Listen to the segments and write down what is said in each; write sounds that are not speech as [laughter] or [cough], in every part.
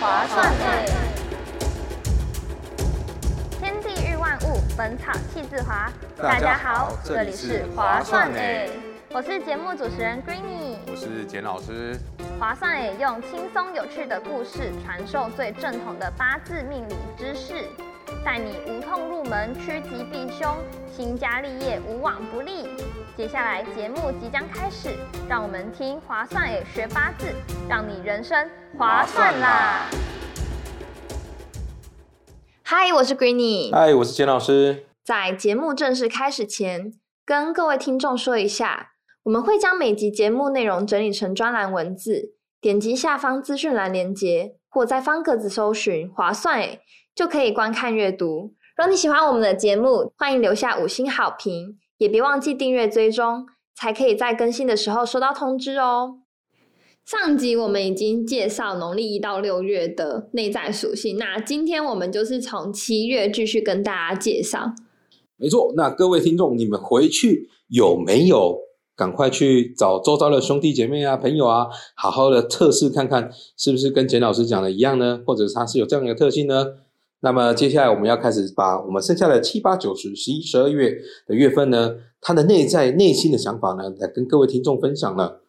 划算是。天地日万物，本草气自华。大家好这里是划算欸，我是节目主持人 Greeny。我是简老师，划算也用轻松有趣的故事传授最正统的八字命理知识，带你无痛入门，趋吉避凶，兴家立业无往不利。接下来节目即将开始，让我们听划算也学八字，让你人生划算啦！嗨，我是 Greeny。嗨，我是简老师。在节目正式开始前，跟各位听众说一下，我们会将每集节目内容整理成专栏文字，点击下方资讯栏连接，或在方格子搜寻“划算诶”，就可以观看阅读。如果你喜欢我们的节目，欢迎留下五星好评，也别忘记订阅追踪，才可以在更新的时候收到通知哦。上集我们已经介绍农历一到六月的内在属性，那今天我们就是从七月继续跟大家介绍。没错，那各位听众，你们回去有没有赶快去找周遭的兄弟姐妹啊、朋友啊，好好的测试看看，是不是跟简老师讲的一样呢？或者是它是有这样一个特性呢？那么接下来我们要开始把我们剩下的七八九十十一十二月的月份呢，它的内在内心的想法呢，来跟各位听众分享了。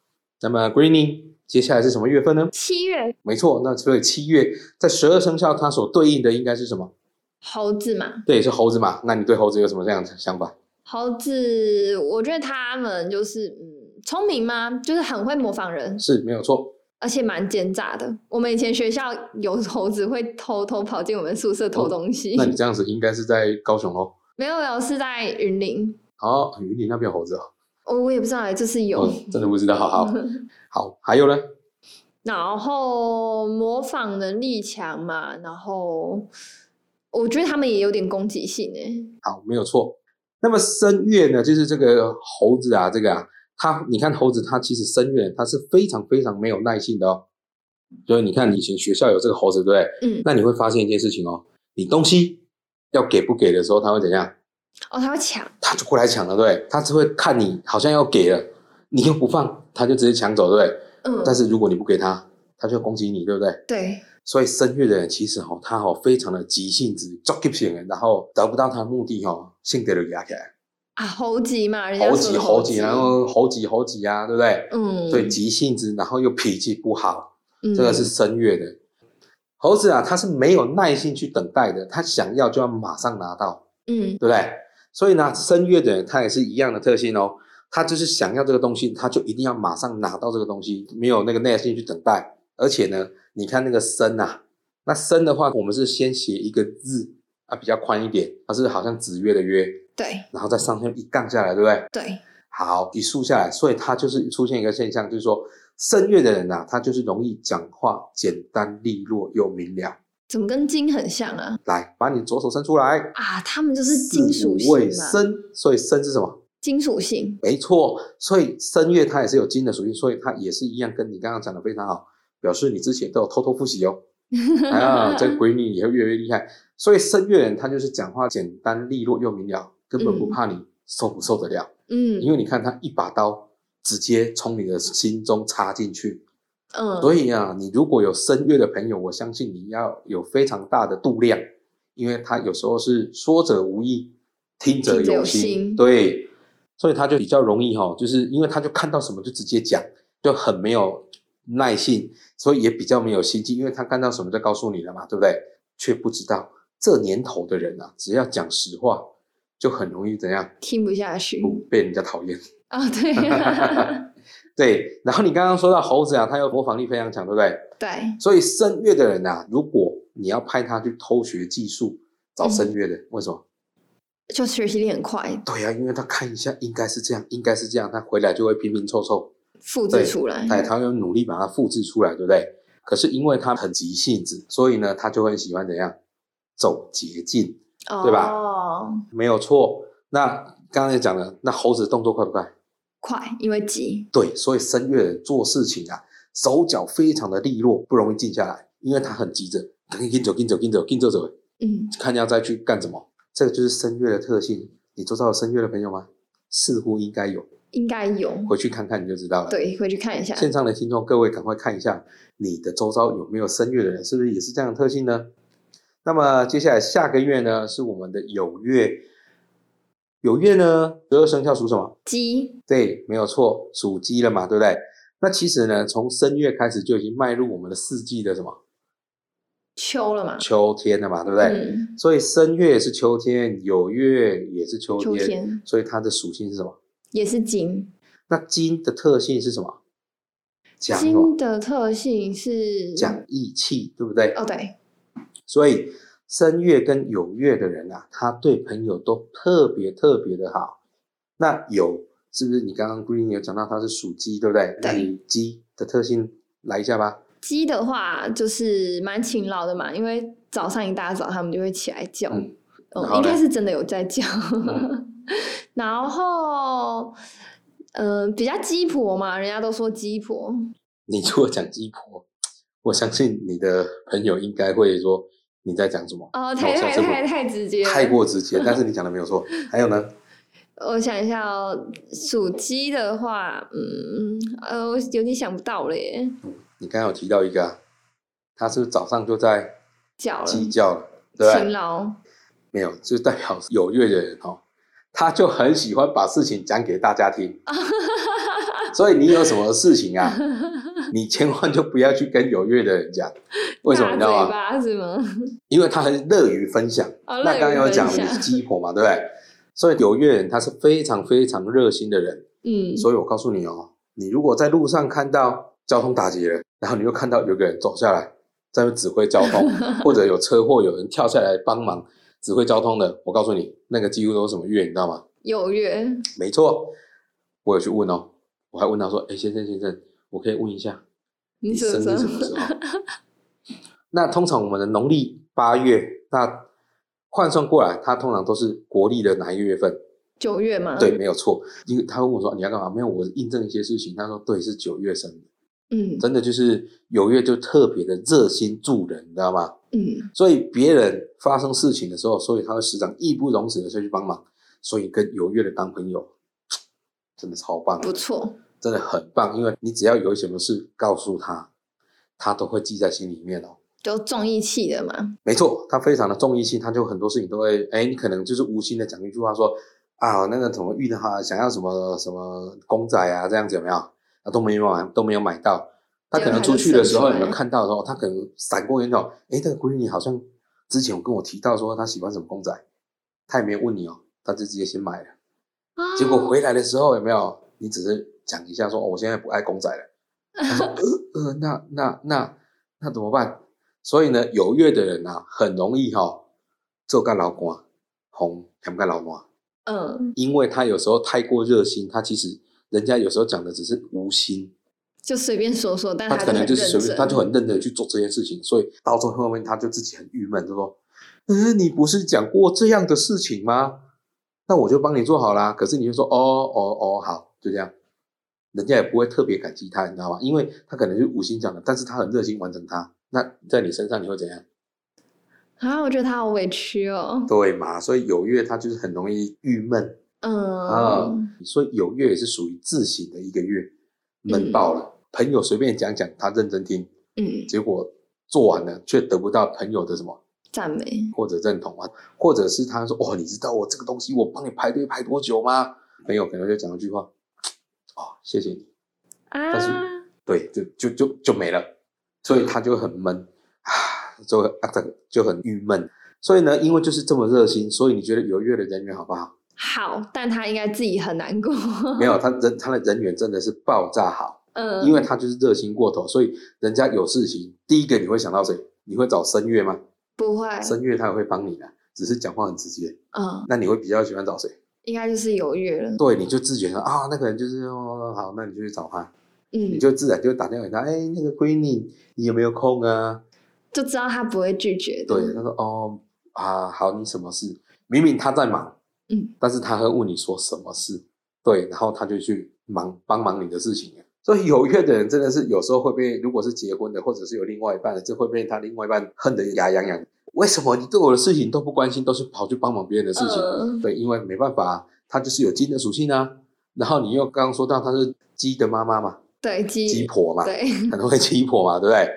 那么 Greeny，接下来是什么月份呢？七月没错，那所以七月在十二生肖它所对应的应该是什么？猴子嘛，对，是猴子嘛？那你对猴子有什么这样的想法？猴子，我觉得他们就是嗯，聪明吗？就是很会模仿人，是没有错。而且蛮奸诈的。我们以前学校有猴子会偷偷跑进我们宿舍偷东西，哦那你这样子应该是在高雄哦。 [laughs] 没有没有是在云林，哦，云林那边有猴子哦，哦，我也不知道哎，就是有。哦、真的不知道。好好好，还有呢？然后模仿能力强嘛，然后我觉得他们也有点攻击性哎。好，没有错。那么申月呢，就是这个猴子啊，这个啊，它你看猴子，它其实申月它是非常非常没有耐性的哦。就是你看以前学校有这个猴子，对不对？嗯，那你会发现一件事情哦，你东西要给不给的时候，它会怎样？哦，他会抢，他就过来抢了，对不对，他只会看你好像要给了，你又不放，他就直接抢走，对不对？嗯，但是如果你不给他，他就要攻击你，对不对？对，所以声乐的人其实哈、哦，他哈、哦、非常的急性子、着急性的，然后达不到他的目的哈、哦，性格就压起来，啊，猴急嘛，人家猴说急的猴急，急，然后猴急猴急啊，对不对？嗯，对，急性子，然后又脾气不好，嗯，这个是声乐的。猴子啊，他是没有耐心去等待的，他想要就要马上拿到，嗯对不对？所以呢，声乐的人他也是一样的特性哦，他就是想要这个东西，他就一定要马上拿到这个东西，没有那个耐心去等待。而且呢，你看那个生啊，那生的话，我们是先写一个字啊，比较宽一点，它是好像子曰的曰，对然后再上面一杠下来，对不对？对，好，一竖下来，所以它就是出现一个现象，就是说声乐的人呐、啊，他就是容易讲话，简单利落又明了。怎么跟金很像啊？来，把你左手伸出来，啊，他们就是金属四五性味嘛，生，所以生是什么？金属性，没错，所以声乐它也是有金的属性，所以它也是一样，跟你刚刚讲的非常好，表示你之前都有偷偷复习哦。啊，这个闺女也会越来越厉害。所以声乐人他就是讲话简单利落又明了，根本不怕你受不受得了，嗯因为你看他一把刀直接从你的心中插进去。嗯，所以啊，你如果有声乐的朋友，我相信你要有非常大的度量，因为他有时候是说者无意，听者听者有有心，心对，所以他就比较容易哈、就是因为他就看到什么就直接讲，就很没有耐性，所以也比较没有心机，因为他看到什么就告诉你了嘛，对不对？却不知道这年头的人啊，只要讲实话，就很容易怎样听不下去被人家讨厌。 [laughs] 啊，对对，然后你刚刚说到猴子啊，它有模仿力非常强，对不对？对，所以声乐的人呐、啊，如果你要派他去偷学技术，找声乐的，为什么？就学习力很快，对啊呀、因为他看一下，应该是这样，应该是这样，他回来就会拼拼凑凑，复制对出来，哎，他要努力把它复制出来，对不对？可是因为他很急性子，所以呢，他就会喜欢怎样走捷径，对吧哦，没有错。那刚刚也讲了，那猴子动作快不快？快，因为急，对，所以声乐人做事情啊，手脚非常的利落，不容易静下来，因为他很急着，赶紧跟走，跟走，跟走，跟走走。嗯，看要再去干什么。这个就是声乐的特性。你周遭有声乐的朋友吗？似乎应该有，应该有，回去看看你就知道了。，对，会去看一下。线上的听众各位赶快看一下，你的周遭有没有声乐的人，是不是也是这样的特性呢？那么接下来下个月呢，是我们的有月，有月呢，十二生肖属什么？鸡，对，没有错，属鸡了嘛，对不对？那其实呢，从申月开始就已经迈入我们的四季的什么秋了嘛？秋天了嘛，对不对？嗯，所以申月也是秋天，酉月也是秋秋天所以它的属性是什么？也是金。那金的特性是什么？讲什么金的特性是讲义气，对不对？哦，对，所以申月跟酉月的人啊，他对朋友都特别特别的好。那酉是不是你刚刚 Green 有讲到它是属鸡，对不对？那对你鸡的特性来一下吧。鸡的话就是蛮勤劳的嘛，因为早上一大早他们就会起来叫，嗯嗯，然后应该嘞是真的有在叫。嗯 [laughs] 然后，嗯、比较鸡婆嘛，人家都说鸡婆，你如果讲鸡婆，我相信你的朋友应该会说你在讲什 [laughs] 么。哦、那太我下太次不太太直接了，太过直接，但是你讲的没有错。还有呢，我想一下哦，属鸡的话，嗯，呃，我有点想不到了耶，你刚刚有提到一个、啊，他是不是早上就在叫了，鸡叫了，对啊不勤对？劳，没有，就代表有月的人哦，他就很喜欢把事情讲给大家 [laughs] 听。所以你有什么事情啊，你千万就不要去跟有月的人讲，为什么你知道大嘴吗？巴是吗？因为他很乐于分享。哦， [laughs] 那刚刚有讲了你是鸡婆嘛，对不对？所以有月人他是非常非常热心的人，嗯，所以我告诉你哦，你如果在路上看到交通打劫了，然后你又看到有个人走下来在那边指挥交通，或者有车祸有人跳下来帮忙指挥交通的，我告诉你，那个几乎都是什么月，你知道吗？有月，没错，我有去问哦，我还问他说：“哎，先生先生，我可以问一下，你生说日说什么时候？” [laughs] 那通常我们的农历八月，那换算过来，它通常都是国历的哪一个月份？九月嘛？对，，没有错。因为他问我说你要干嘛？没有，我印证一些事情。他说对，是九月生的，嗯真的就是有月就特别的热心助人，你知道吗？嗯，所以别人发生事情的时候，所以他会时常义不容辞的去帮忙。所以跟有月的当朋友，真的超棒，不错，真的很棒。因为你只要有什么事告诉他，他都会记在心里面哦。就重义气的嘛。没错，他非常的重义气，他就很多事情都会，哎，你可能就是无心的讲一句话说啊，那个什么遇到他想要什么什么公仔啊，这样子有没有？啊，都没有买，都没有买到。他可能出去的时候，结果他就生出来有没有看到的时候，他可能闪过眼角，哎，那个闺女好像之前有跟我提到说她喜欢什么公仔，他也没有问你哦，他就直接先买了。啊结果回来的时候有没有？你只是讲一下说，哦，我现在不爱公仔了。他说，呃呃，那那那那怎么办？所以呢，有月的人啊，很容易哈、做干老官，红干干老官，嗯，因为他有时候太过热心，他其实人家有时候讲的只是无心，就随便说说，但他他可能就是随认真便，他就很认真地去做这件事情，所以到最后面他就自己很郁闷，就说：“嗯，你不是讲过这样的事情吗？那我就帮你做好啦。”可是你就说：“哦哦哦，好，就这样。”人家也不会特别感激他，你知道吗？因为他可能是无心讲的，但是他很热心完成它。那在你身上你会怎样？啊，我觉得他好委屈哦。对嘛？所以有月他就是很容易郁闷嗯啊、所以有月也是属于自省的一个月，闷嗯爆了。朋友随便讲讲，他认真听，嗯，结果做完了却得不到朋友的什么赞美，或者认同啊，或者是他说哦，你知道我这个东西我帮你排队排多久吗？朋友可能就讲一句话，哦，谢谢你，啊但是对，就就就就没了，所以他就很闷啊，就会啊就很郁闷。所以呢，因为就是这么热心，所以你觉得有月的人缘好不好？好，但他应该自己很难 [laughs] 过。没有，他人他的人缘真的是爆炸好，嗯，因为他就是热心过头，所以人家有事情，第一个你会想到谁？你会找声乐吗？不会，声乐他也会帮你的，只是讲话很直接。嗯，那你会比较喜欢找谁？应该就是有月了。对，你就自觉说啊，那个人就是哦，好，那你就去找他，嗯，你就自然就打电话给他，哎，那个闺女，你有没有空啊？就知道他不会拒绝的。对，他说哦啊，好，你什么事？明明他在忙，嗯，但是他会问你说什么事，对，然后他就去忙帮忙你的事情。啊所以有约的人真的是有时候会被，如果是结婚的，或者是有另外一半的，就会被他另外一半恨得牙痒痒。为什么你对我的事情都不关心，都是跑去帮忙别人的事情？嗯啊对，因为没办法、他就是有金的属性啊。然后你又刚刚说到她是鸡的妈妈嘛，对鸡鸡婆嘛，对，很会鸡婆嘛，对不对？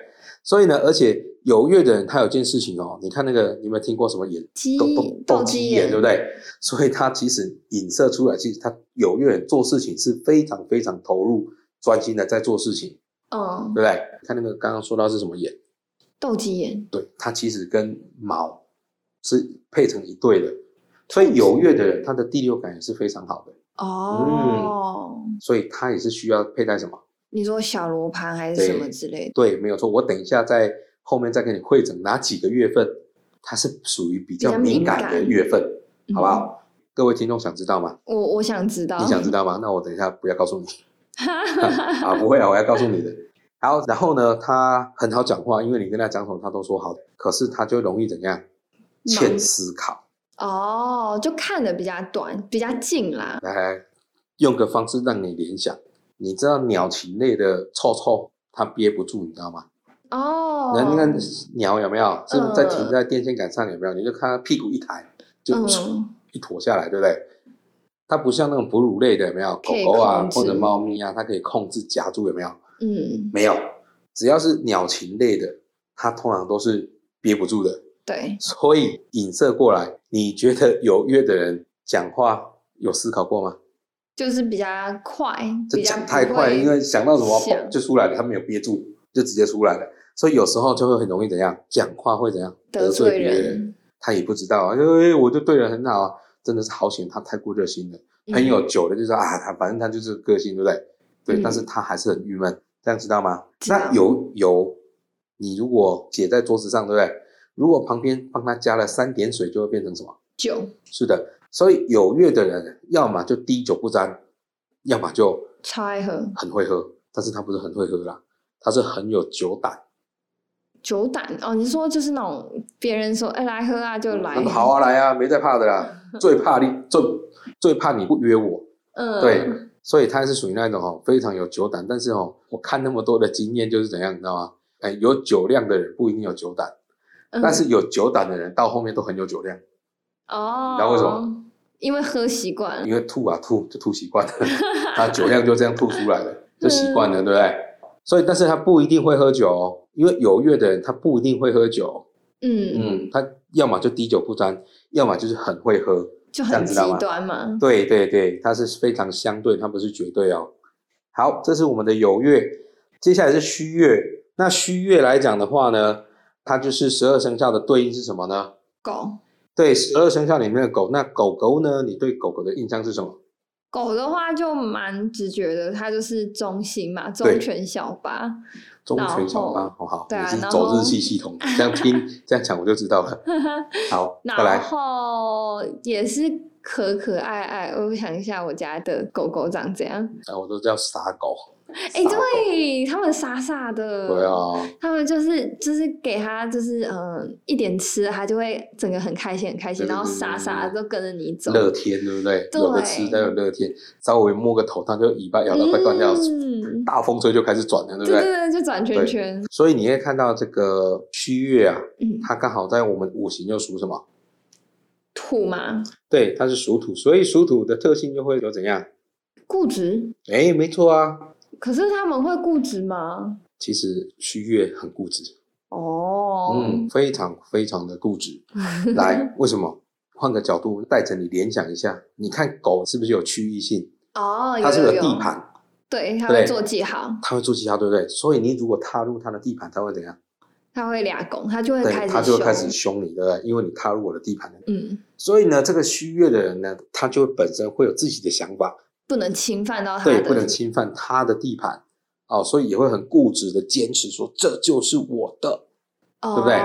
所以呢，而且有月的人他有件事情哦，你看那个你有没有听过什么眼鸡斗斗斗鸡鸡眼，眼，对不对？所以他其实影射出来，其实他有月人做事情是非常非常投入、专心的在做事情，嗯对，不对？看那个刚刚说到是什么眼，斗鸡眼，对，它其实跟毛是配成一对的，所以有月的人他的第六感也是非常好的，哦，所以他也是需要佩戴什么？你说小罗盘还是什么之类的？对，没有错。我等一下在后面再跟你会诊哪几个月份，它是属于比较比较敏敏感的感月份，好嗯？不好？各位听众想知道吗？我我想知道，你想知道吗？那我等一下不要 [laughs] 告诉你啊，不会啊，我要告诉你的。好，然后呢，他很好讲话，因为你跟他讲什么，他都说好。可是他就容易怎样？欠思考。哦，就看的比较短，比较近啦。来，用个方式让你联想。你知道鸟禽类的臭臭，它憋不住，你知道吗？哦，那那个鸟有没有？是不是在停嗯在电线杆上有没有？你就看它屁股一抬，就嗯一坨下来，对不对？它不像那种哺乳类的，有没有？可以狗狗啊控，制或者猫咪啊，它可以控制夹住，有没有？嗯，没有，只要是鸟禽类的，它通常都是憋不住的。对，所以影射过来，你觉得有约的人讲话有思考过吗？就是比较快，就比较讲太不快，会因为想到什么想砰就出来了，他没有憋住，就直接出来了。所以有时候就会很容易怎样，讲话会怎样得罪罪别人，人，嗯他也不知道啊，因为我就对人很好啊，真的是好险，他太过热心了。朋友久了就说啊，他反正他就是个性，对不对？对，嗯但是他还是很郁闷，这样知道吗？知道那有有，你如果写在桌子上，对不对？如果旁边帮他加了三点水，就会变成什么？酒是的，所以有月的人，要么就滴酒不沾，要么就超爱喝很会喝，但是他不是很会喝啦，他是很有酒胆。酒胆哦。你说就是那种别人说哎来喝啊就来，嗯好啊，来啊，没在怕的啦， [laughs] 最怕你最最怕你不约我，嗯，对，所以他是属于那种哦，非常有酒胆，但是哦，我看那么多的经验就是怎样，你知道吗？哎，有酒量的人不一定有酒胆，嗯但是有酒胆的人到后面都很有酒量，哦，知道为什么？因为喝习惯了，因为吐啊吐就吐习 [laughs] 惯了，他酒量就这样吐出来嗯了，就习惯了，对不对？所以，但是他不一定会喝酒哦，因为有月的人他不一定会喝酒，嗯，嗯，他要么就滴酒不沾，要么就是很会喝，就这很样知极道吗端嘛。对对对，它是非常相对，它不是绝对哦。好，这是我们的酉月，接下来是戌月。那戌月来讲的话呢，它就是十二生肖的对应是什么呢？狗对，十二生肖里面的狗，那狗狗呢？你对狗狗的印象是什么？狗的话就蛮直觉的，它就是中性嘛，对忠犬小八。忠犬小然八，后哦好好，对啊你是然走后日系系统，这样听这样讲我就知道了。 [laughs] 好，再然来，后也是可可爱爱，我想一下我家的狗狗长怎样？啊我都叫傻狗。哎，傻狗，对，它们傻傻的，对，啊，它们就是就是给它就是嗯一点吃，它就会整个很开心很开心，对然后傻傻的都跟着你走，乐天对不对？对有的吃，但有乐天，稍微摸个头，它就尾巴摇到快断掉，嗯，大风吹就开始转了，对不对对？对对，就转圈圈，所以你会看到这个虚月啊，嗯，它刚好在我们五行又属什么？土嘛，对，它是属土，所以属土的特性又会有怎样？固执，哎，没错啊。可是他们会固执吗？其实虚月很固执，哦，嗯，非常非常的 [laughs] 固执。来，为什么？换个角度，带着你联想一下，你看狗是不是有区域性？哦，它是有个有地，盘，对，它对会做记号，它会做记号，对不对？所以你如果踏入它的地盘，它会怎样？它会俩拱，它就会开对，始它就会凶开始凶你，对不对？因为你踏入我的地盘了。嗯，所以呢，这个虚月的人呢，他就本身会有自己的想法，不能侵犯到它对，的，不能侵犯他的地盘哦，所以也会很固执的坚持说这就是我的，哦、对不对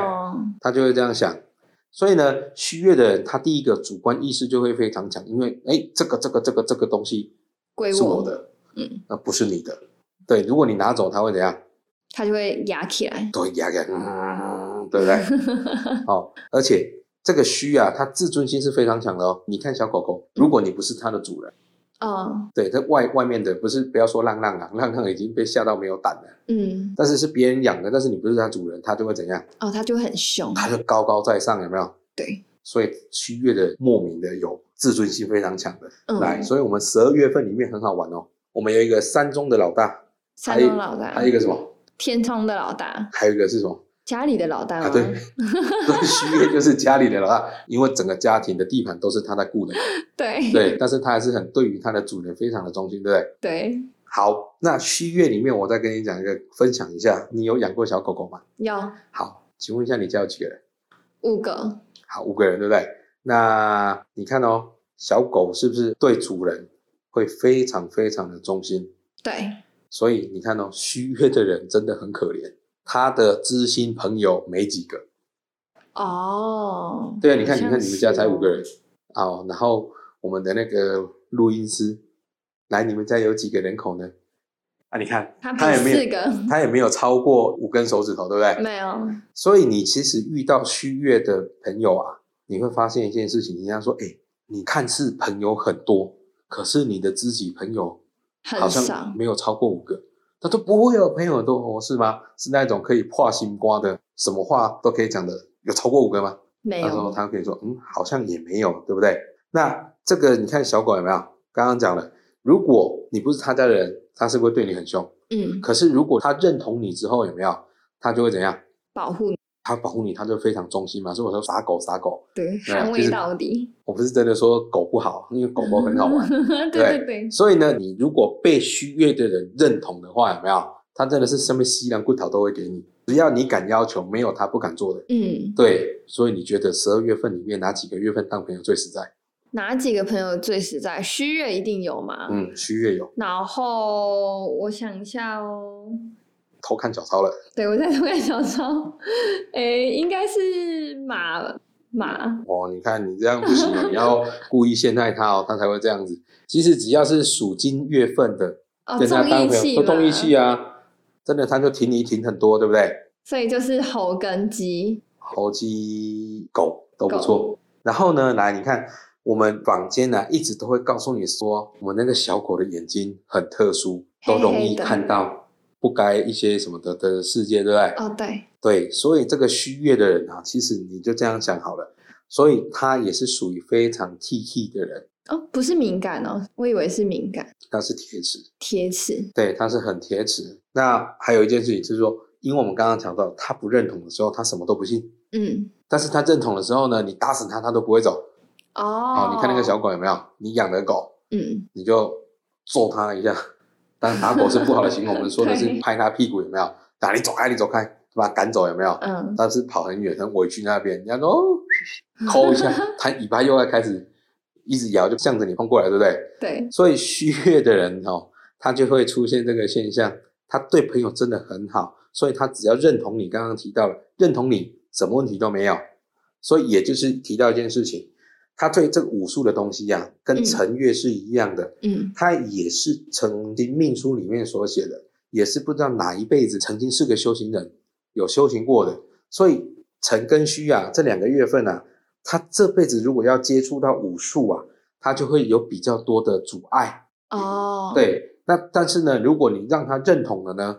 他就会这样想。所以呢，虚月的人，他第一个主观意识就会非常强，因为哎，这个这个这个这个东西归是我我，的，嗯，那不是你的。对，如果你拿走，他会怎样？它就会压起来，都会压给，嗯，对不对？ [laughs] 哦，而且这个虚啊，他自尊心是非常强的哦。你看小狗狗，如果你不是它的主人，哦，对，在外外面的不是不要说浪浪啊， [laughs] 浪浪已经被吓到没有胆了。嗯，但是是别人养的，但是你不是它主人，它就会怎样？哦，它就会很凶，它就高高在上，有没有？嗯对，所以虚月的莫名的有自尊心非常强的。嗯，来，所以我们十二月份里面很好玩哦，我们有一个山中的老大，山东老大还，有一个什么，天通的老大，还有一个是什么？家里的老大啊，吗？ [laughs] 对，对，徐月就是家里的老大，因为整个家庭的地盘都是他在顾的，嗯对对，但是他还是很对于他的主人非常的忠心，对不对？ [laughs] 对，好，那虚月里面，我再跟你讲一个分享一下，你有养过小狗狗吗？有好，请问一下你家有几个人？五个，好，五个人，对不对？那你看哦，小狗是不是对主人会非常非常的忠心？对所以你看哦，虚月的人真的很可怜，他的知心朋友没几个。哦，对啊，你好看，你像看你们家是才哦五个人，哦，然后我们的那个录音师，来，你们家有几个人口呢？啊，你看他比也没四有，个 [laughs] 他也没有超过五根手指头，对不对？没有，所以你其实遇到虚月的朋友啊，你会发现一件事情，人家说，哎，你看似朋友很多，可是你的知己朋友好很少像，没有超过五个。他说不会有朋友很多哦，是吗？是那种可以跨心瓜的，什么话都可以讲的，有超过五个吗？没他说有，他可以说，嗯，好像也没有，对不对？那这个你看小狗有没有？刚刚讲了，如果你不是他家的人，他是不是会对你很凶？嗯，可是如果他认同你之后，有没有？他就会怎样？保护你，他保护你，他就非常忠心嘛。所以我说傻狗，傻狗，对，对啊捍就卫是到底，我不是真的说狗不好，因为狗狗很好玩。 [laughs] 对对对，所以呢，你如果被虚越的人认同的话，有没有？他真的是什么西凉骨头都会给你，只要你敢要求，没有他不敢做的。嗯，对，所以你觉得十二月份里面哪几个月份当朋友最实在？哪几个朋友最实在？虚月一定有嘛，嗯，虚月有然后我想一下哦，偷看小抄了，对我在偷看小抄， [laughs] 诶，应该是马马，哦，你看你这样不行啊，你要故意陷害他哦，他才会这样子。其实只要是属金月份的，哦，跟他重当义朋气友，都嘛同义气啊，真的他就挺你挺很多，对不对？所以就是猴跟鸡，猴鸡狗都不错。然后呢，来你看我们坊间呢、一直都会告诉你说，我们那个小狗的眼睛很特殊，都容黑黑易的看到不该一些什么的的世界，对不对？哦，对，对，所以这个虚月的人啊，其实你就这样想好了，所以他也是属于非常 T T 的人，哦，不是敏感哦，我以为是敏感，他是铁齿，铁齿，对，他是很铁齿。那还有一件事情就是说，因为我们刚刚讲到，他不认同的时候，他什么都不信；嗯，但是他认同的时候呢，你打死他，他都不会走。哦，哦，你看那个小，狗有没有？你养的狗，嗯，你就揍它一下，但打狗是不好的形容，我们说的是对拍它屁股，有没有？打你走开，你走开，把它赶走，有没有？嗯，但是跑很远，很委屈那边，人家说哦，抠一下，它尾巴又要开始一直摇，就向着你碰过来，对不对？对，所以虚月的人哦，他就会出现这个现象，他对朋友真的很好，所以他只要认同你刚刚提到了，认同你，什么问题都没有。所以也就是提到一件事情，他对这个武术的东西呀、跟嗯陈月是一样的，嗯，他也是曾经命书里面所写的，也是不知道哪一辈子曾经是个修行人，有修行过的。所以辰跟戌啊，这两个月份啊，他这辈子如果要接触到武术啊，他就会有比较多的阻碍。哦，，对，那但是呢，如果你让他认同了呢，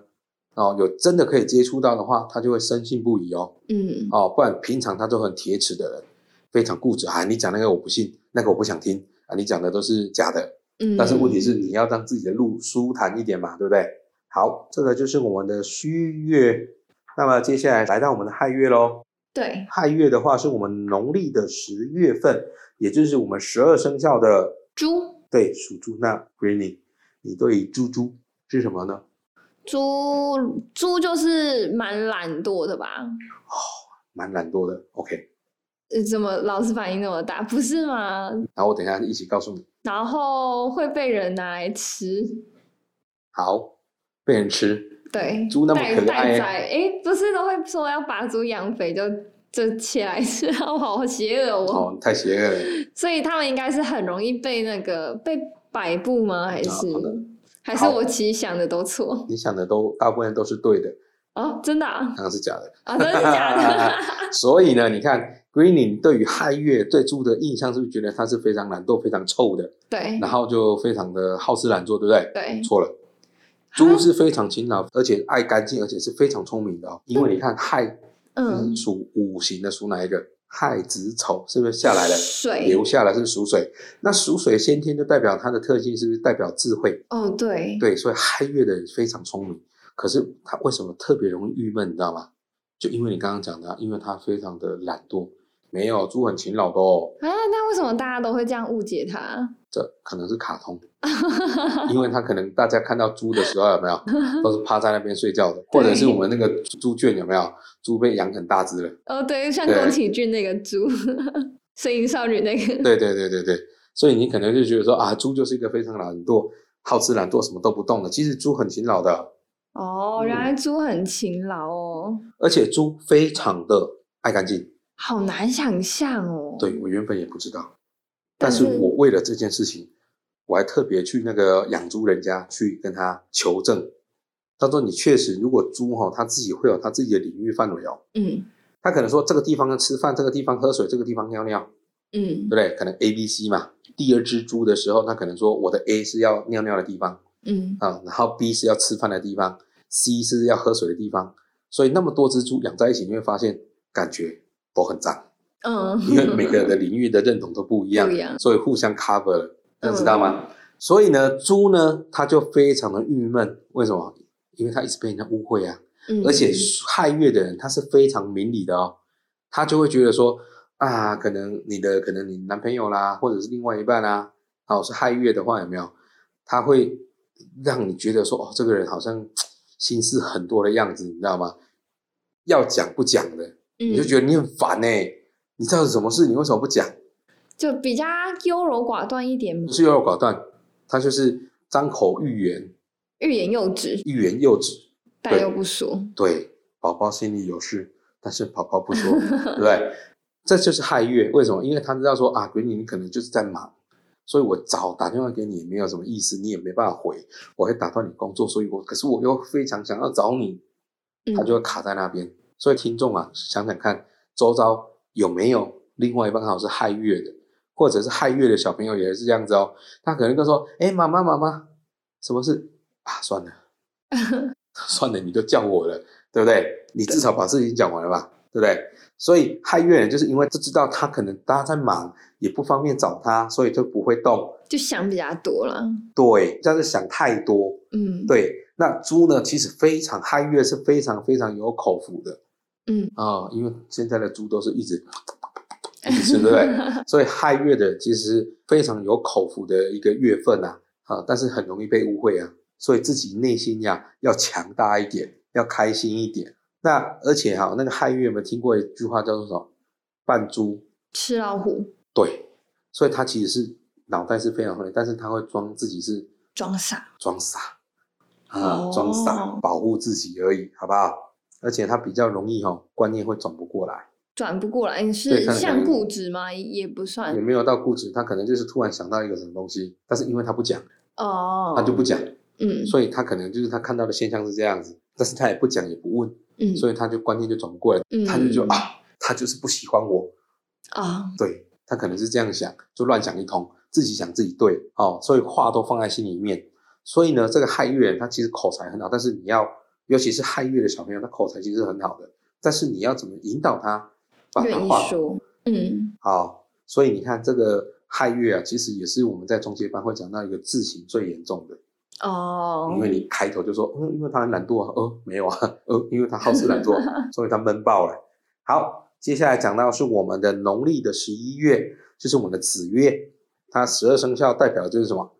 哦，有真的可以接触到的话，他就会深信不疑哦。嗯，哦，不然平常他都很铁齿的人，非常固执啊。你讲那个我不信，那个我不想听啊，你讲的都是假的。嗯，但是问题是，你要让自己的路舒坦一点嘛，对不对？好，这个就是我们的虚月。那么接下来来到我们的亥月喽。对，亥月的话是我们农历的十月份，也就是我们十二生肖的猪，对属猪。那 Greeny，你对于猪猪是什么呢？猪，猪就是蛮懒惰的吧？蛮懒惰的。OK，呃怎么老是反应那么大？不是吗？然后我等一下一起告诉你。然后会被人拿来吃，好，被人吃，对，猪嗯那么待可爱待宰，哎，不是都会说要把猪养肥就就切来吃， [laughs] 我好邪恶哦。哦，太邪恶了。所以他们应该是很容易被那个被摆布吗？还是、啊好的还是好我其实想的都错你想的都大部分都是对的，哦？真的啊，当然是假的。啊真的假的？ [laughs] 所以呢，你看 Greening 对于亥月对猪的印象，是不是觉得它是非常懒惰、非常臭的，对然后就非常的好吃懒做，对不对？对，啊错了，猪是非常勤劳，而且爱干净，而且是非常聪明的哦。因为你看亥嗯是属五行的，属哪一个？亥子丑，是不是下来了？水留下来是属水，那属水先天就代表它的特性，是不是代表智慧？哦，对，对，所以亥月的人非常聪明，可是他为什么特别容易郁闷？你知道吗？就因为你刚刚讲的啊，因为他非常的懒惰，没有猪很勤劳的哦，啊，那为什么大家都会这样误解它？这可能是卡通，因为他可能大家看到猪的时候有没有，都是趴在那边睡觉的，或者是我们那个猪圈有没有，猪被养很大只了。哦，对，像对宫崎骏那个猪， [laughs] 声音少女那个，对对对对对，所以你可能就觉得说啊，猪就是一个非常懒惰、好吃懒惰、什么都不动的。其实猪很勤劳的，啊哦，嗯原来猪很勤劳哦，而且猪非常的爱干净。好难想象哦。对我原本也不知道，但但是是我为了这件事情，我还特别去那个养猪人家去跟他求证。他说：“你确实，如果猪哈、它自己会有它自己的领域范围哦，嗯它可能说这个地方吃饭，这个地方喝水，这个地方尿尿，嗯对不对？可能 A、B、C 嘛。第二只猪的时候，它可能说我的 A 是要尿尿的地方，嗯，啊，然后 B 是要吃饭的地方，C 是要喝水的地方，所以那么多只猪养在一起，你会发现感觉都很脏，嗯，因为每个人的领域的认同都不一样，不一样嗯所以互相 cover 了，能知道吗？所以呢，猪呢，它就非常的郁闷，为什么？因为它一直被人家误会啊，嗯，而且亥月的人他是非常明理的哦，他就会觉得说啊，可能你的可能你男朋友啦，或者是另外一半啦，啊，我是亥月的话有没有？他会让你觉得说哦，这个人好像心思很多的样子，你知道吗？要讲不讲的，你你就觉得你很烦呢、欸你知道是什么事，你为什么不讲？就比较优柔寡断一点嘛不，是优柔寡断，他就是张口欲言，欲言又止，欲言又止。但对又不说。对，宝宝心里有事，但是宝宝不说，对不对？这就是亥月，为什么？因为他知道说啊，闺女，你可能就是在忙，所以我早打电话给你也没有什么意思，你也没办法回，我会打断你工作，所以我可是我又非常想要找你，嗯他就会卡在那边。所以听众啊，想想看，周遭有没有另外一半刚好是亥月的，或者是亥月的小朋友也是这样子哦，他可能就说，哎，妈妈妈妈，什么事啊？算了，算了，你都叫我了，对不对？你至少把事情讲完了吧，对不对？所以亥月人就是因为就知道他可能大家在忙，也不方便找他，所以就不会动。就想比较多了。对，这样子想太多。嗯，，对，那猪呢，其实非常亥月是非常非常有口福的嗯，啊、因为现在的猪都是一直一直吃，对不对？ [laughs] 所以亥月的其实非常有口福的一个月份啊，啊，但是很容易被误会啊，所以自己内心呀、要强大一点，要开心一点。那而且哈、那个亥月有没有听过一句话叫做什么？扮猪吃老虎对，所以他其实是脑袋是非常会，但是他会装自己是装傻。装傻啊，装哦傻，保护自己而已，好不好？而且他比较容易哦，观念会转不过来，转不过来，你是对看得嗯像懂固执吗？也不算也没有到固执，他可能就是突然想到一个什么东西，但是因为他不讲，哦，他就不讲，嗯所以他可能就是他看到的现象是这样子，但是他也不讲也不问，嗯，所以他就观念就转不过来，以他就觉得啊，他就是不喜欢我，啊，对他可能是这样想，就乱想一通，自己想自己对哦，所以话都放在心里面。所以呢，这个亥月人他其实口才很好，但是你要，尤其是亥月的小朋友，他口才其实很好的，但是你要怎么引导他，把他愿意话说，嗯好。所以你看这个亥月啊，其实也是我们在中介班会讲到一个字形最严重的，哦，因为你开头就说，嗯，因为他很懒惰啊，呃，没有啊，呃，因为他好吃懒惰，所以他闷爆了。好，接下来讲到是我们的农历的十一月，就是我们的子月，它十二生肖代表的就是什么？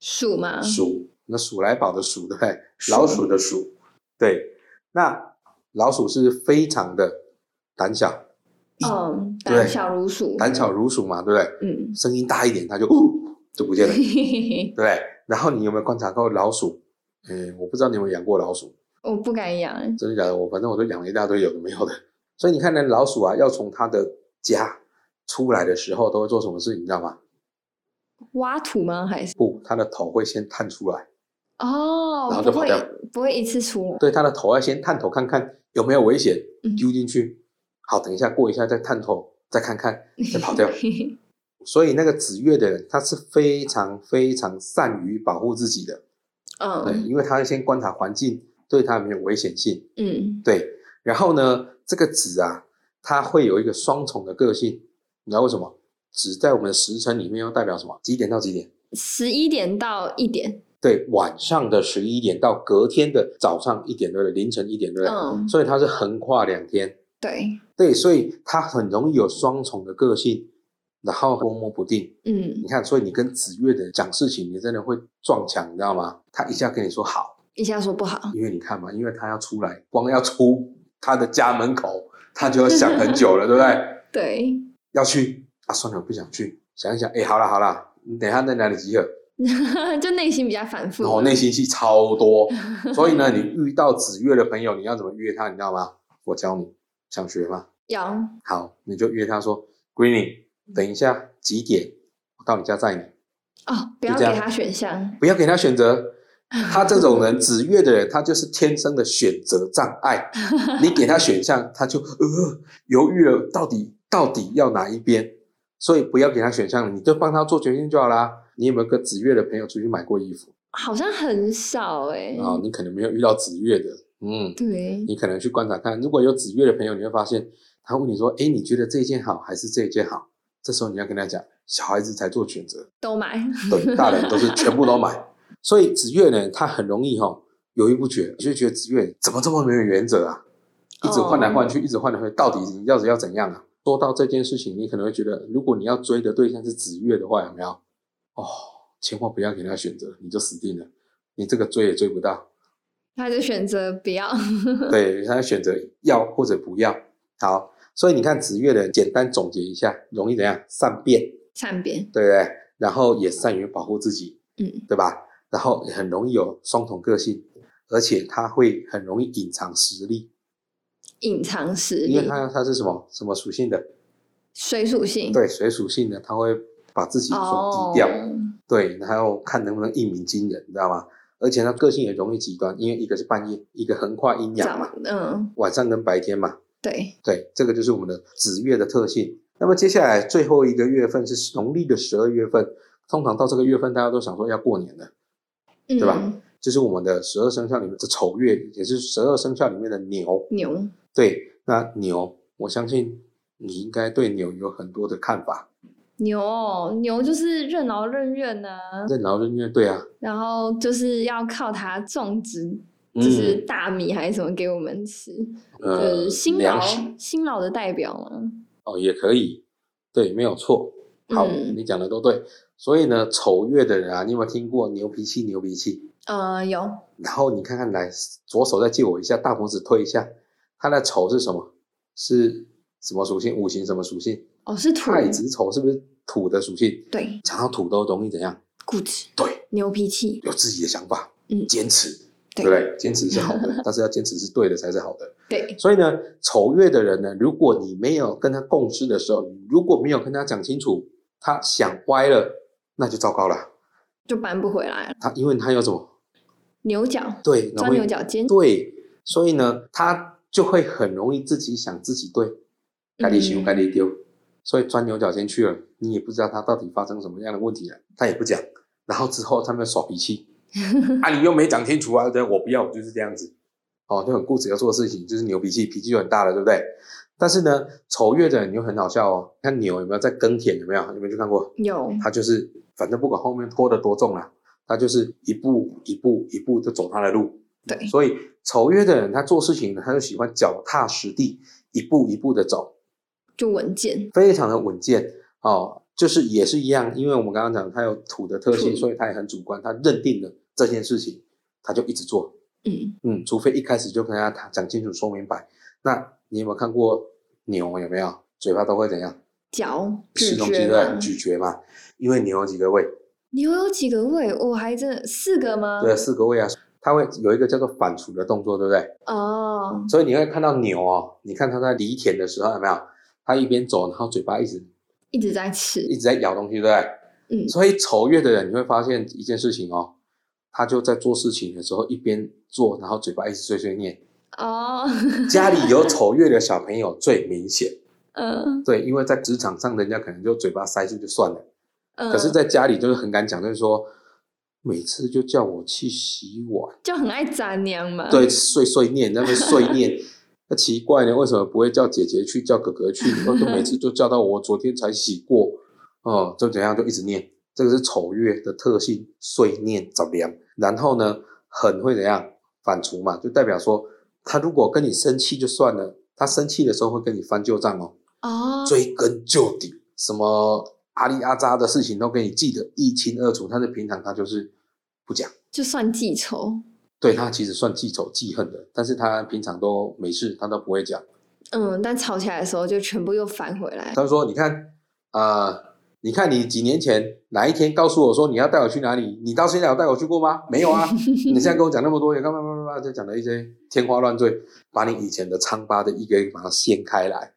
数嘛，鼠，那鼠来宝的鼠，对不对？嗯鼠老鼠的鼠，对。那老鼠是非常的胆小，嗯，对胆小如鼠，胆小如鼠嘛，对不对？嗯，声音大一点，它就呜就不见了，对不对？然后你有没有观察过老鼠？嗯，我不知道你有没有养过老鼠。 [laughs] 我不敢养，真的假的？我反正我都养了一大堆有的没有的。所以你看呢，老鼠啊，要从它的家出来的时候，都会做什么事情，你知道吗？挖土吗？还是不，它的头会先探出来，哦然，后不就跑会掉不会一次出来，对，它的头要先探头看看有没有危险嗯，丢进去。好，等一下过一下再探头，再 [laughs] 看看，再跑掉。所以那个子月的人，他是非常非常善于保护自己的，对，嗯因为他会先观察环境对他有没有危险性，嗯对，然后呢，这个子啊，它会有一个双重的个性，你知道为什么？只在我们的时辰里面又代表什么？几点到几点？十一点到一点，对，晚上的十一点到隔天的早上一点，对不对？凌晨一点，对不对？嗯，所以它是横跨两天，对，对，所以它很容易有双重的个性，然后捉摸不定。嗯你，看，所以你跟子月的人讲事情，你真的会撞墙，你知道吗？他一下跟你说好，一下说不好，因为你看嘛，因为他要出来，光要出他的家门口，他就要想很久了，对不对？对， [laughs] 要去啊，算了，我不想去。想一想，哎、好啦好啦，你等一下在哪里集合？就内心比较反复。然后内心戏超多，所以呢，你遇到子月的朋友，你要怎么约他？你知道吗？我教你，想学吗？要好，你就约他说，Greeny，等一下几点？我到你家载你。哦，不要就这给样他选项，不要给他选择。他这种人，子月的人，他就是天生的选择障碍。你给他选项，他就呃犹豫了，到底到底要哪一边？所以不要给他选项，你就帮他做决定就好啦。你有没有跟子月的朋友出去买过衣服好像很少哎、啊、你可能没有遇到子月的，嗯，对，你可能去观察看，如果有子月的朋友，你会发现他问你说：“哎，你觉得这件好还是这件好？”这时候你要跟他讲，小孩子才做选择，都买， [laughs] 对，大人都是全部都买。所以子月呢，他很容易哈、犹豫不决，你就觉得子月怎么这么没有原则啊，一直换来换去，一直换来换去，到底你要要怎样啊？说到这件事情，你可能会觉得，如果你要追的对象是子月的话，有没有？哦，千万不要给他选择，你就死定了，你这个追也追不到。他就选择不要。对，他选择要或者不要。好，所以你看子月的人，简单总结一下，容易怎样？善变，善变，对不对？然后也善于保护自己，嗯，对吧？然后很容易有双重个性，而且他会很容易隐藏实力，隐藏实因为力，他他是什么什么属性的？水属性，对，水属性的，他会把自己哦放低掉，对，然后看能不能一鸣惊人，你知道吗？而且他个性也容易极端，因为一个是半夜，一个横跨阴阳早嘛，嗯，晚上跟白天嘛，对，对，这个就是我们的子月的特性。那么接下来最后一个月份是农历的十二月份，通常到这个月份大家都想说要过年了。对吧？就是我们的十二生肖里面的丑月，也是十二生肖里面的牛。牛，对，那牛，我相信你应该对牛有很多的看法。牛哦，牛就是任劳任怨呐、任劳任怨，对啊，然后就是要靠它种植，嗯就是大米还是什么给我们吃，就呃是，辛劳粮食辛劳的代表嘛。哦也可以，对，没有错。好，嗯你讲的都对。所以呢，丑月的人啊，你有没有听过牛脾气？牛脾气。呃，有然后你看看来，左手再借我一下，大拇指推一下，它的丑是什么？是什么属性？五行什么属性？哦，是土，太子丑是不是土的属性？对，讲到土都容易怎样？固执，对，牛脾气，有自己的想法，嗯坚持，对不对？坚持是好的，但是要坚持是对的才是好的。对，所以呢，丑月的人呢，如果你没有跟他共事的时候，你如果没有跟他讲清楚，他想歪了，那就糟糕了。就搬不回来了。他因为他有什么？牛角，对，钻容易牛角尖，对，所以呢，他就会很容易自己想自己对，该你修嗯该你丢，所以钻牛角尖去了，你也不知道他到底发生什么样的问题了，他也不讲，然后之后他们耍脾气，啊，你又没讲清楚啊，对，我不要，我就是这样子，哦，就很固执要做的事情，就是牛脾气，脾气就很大了，对不对？但是呢，丑月的人就很好笑哦，看牛有没有在耕田，有没有有没有去看过？有他就是反正不管后面拖得多重啦、他就是一步一步一步就走他的路。对所以丑约的人，他做事情呢，他就喜欢脚踏实地，一步一步的走，就稳健，非常的稳健哦。就是也是一样，因为我们刚刚讲他有土的特性，土所以他也很主观，他认定了这件事情，他就一直做。嗯，嗯，除非一开始就跟他谈讲清楚、说明白。那你有没有看过牛？有没有嘴巴都会怎样？嚼啊咀吃东西嚼对不嘛对，咀嚼嘛。因为牛有几个胃？牛有几个胃？我还真的四个吗？对，四个胃啊，它会有一个叫做反刍的动作，对不对？哦，所以你会看到牛哦，你看它在犁田的时候有没有？它一边走，然后嘴巴一直一直在吃，一直在咬东西，对不对？嗯所以丑月的人，你会发现一件事情哦，他就在做事情的时候一边做，然后嘴巴一直碎碎念。哦， [laughs] 家里有丑月的小朋友最明显，嗯对，因为在职场上人家可能就嘴巴塞住就算了，嗯，可是在家里就是很敢讲，就是说每次就叫我去洗碗。就很爱杂娘嘛，对，碎碎念，在那边碎念。那奇怪呢，为什么不会叫姐姐去，叫哥哥去？我就每次就叫到我昨天才洗过，哦、就怎样就一直念。这个是丑月的特性，碎念怎么样？然后呢，很会怎样反刍嘛，就代表说他如果跟你生气就算了，他生气的时候会跟你翻旧账哦，哦，追根究底，什么阿里阿扎的事情都给你记得一清二楚。但是平常他就是不讲。就算记仇，对他其实算记仇记恨的，但是他平常都没事，他都不会讲。嗯，但吵起来的时候就全部又返回来。他说：“你看，呃，你看你几年前哪一天告诉我说你要带我去哪里？你到现在有带我去过吗？没有啊！你现在跟我讲那么多，也干嘛嘛嘛嘛，就讲了一些天花乱坠，把你以前的疮疤的一个一个把它掀开来，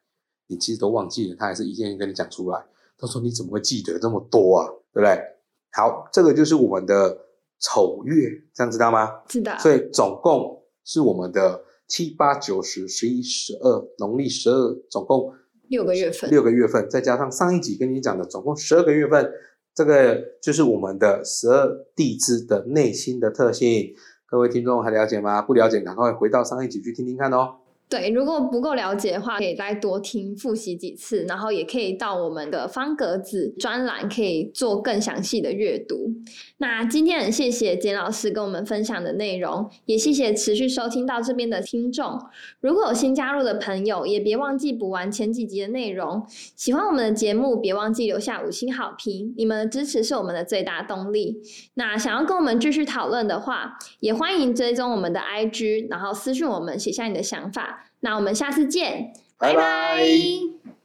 你其实都忘记了，他还是一件一件跟你讲出来。他说你怎么会记得这么多啊？对不对？好，这个就是我们的丑月，这样知道吗？知道？所以总共是我们的七八九十十一十二，农历十二，总共六个月份六个月份，再加上上一集跟你讲的，总共十二个月份，这个就是我们的十二地支的内心的特性。各位听众还了解吗？不了解，赶快回到上一集去听听看哦。对，如果不够了解的话，可以再多听复习几次，然后也可以到我们的方格子专栏，可以做更详细的阅读。那今天很谢谢简老师跟我们分享的内容，也谢谢持续收听到这边的听众。如果有新加入的朋友，也别忘记补完前几集的内容。喜欢我们的节目，别忘记留下五星好评，你们的支持是我们的最大动力。那想要跟我们继续讨论的话，也欢迎追踪我们的 IG，然后私讯我们，写下你的想法。那我们下次见，拜拜拜拜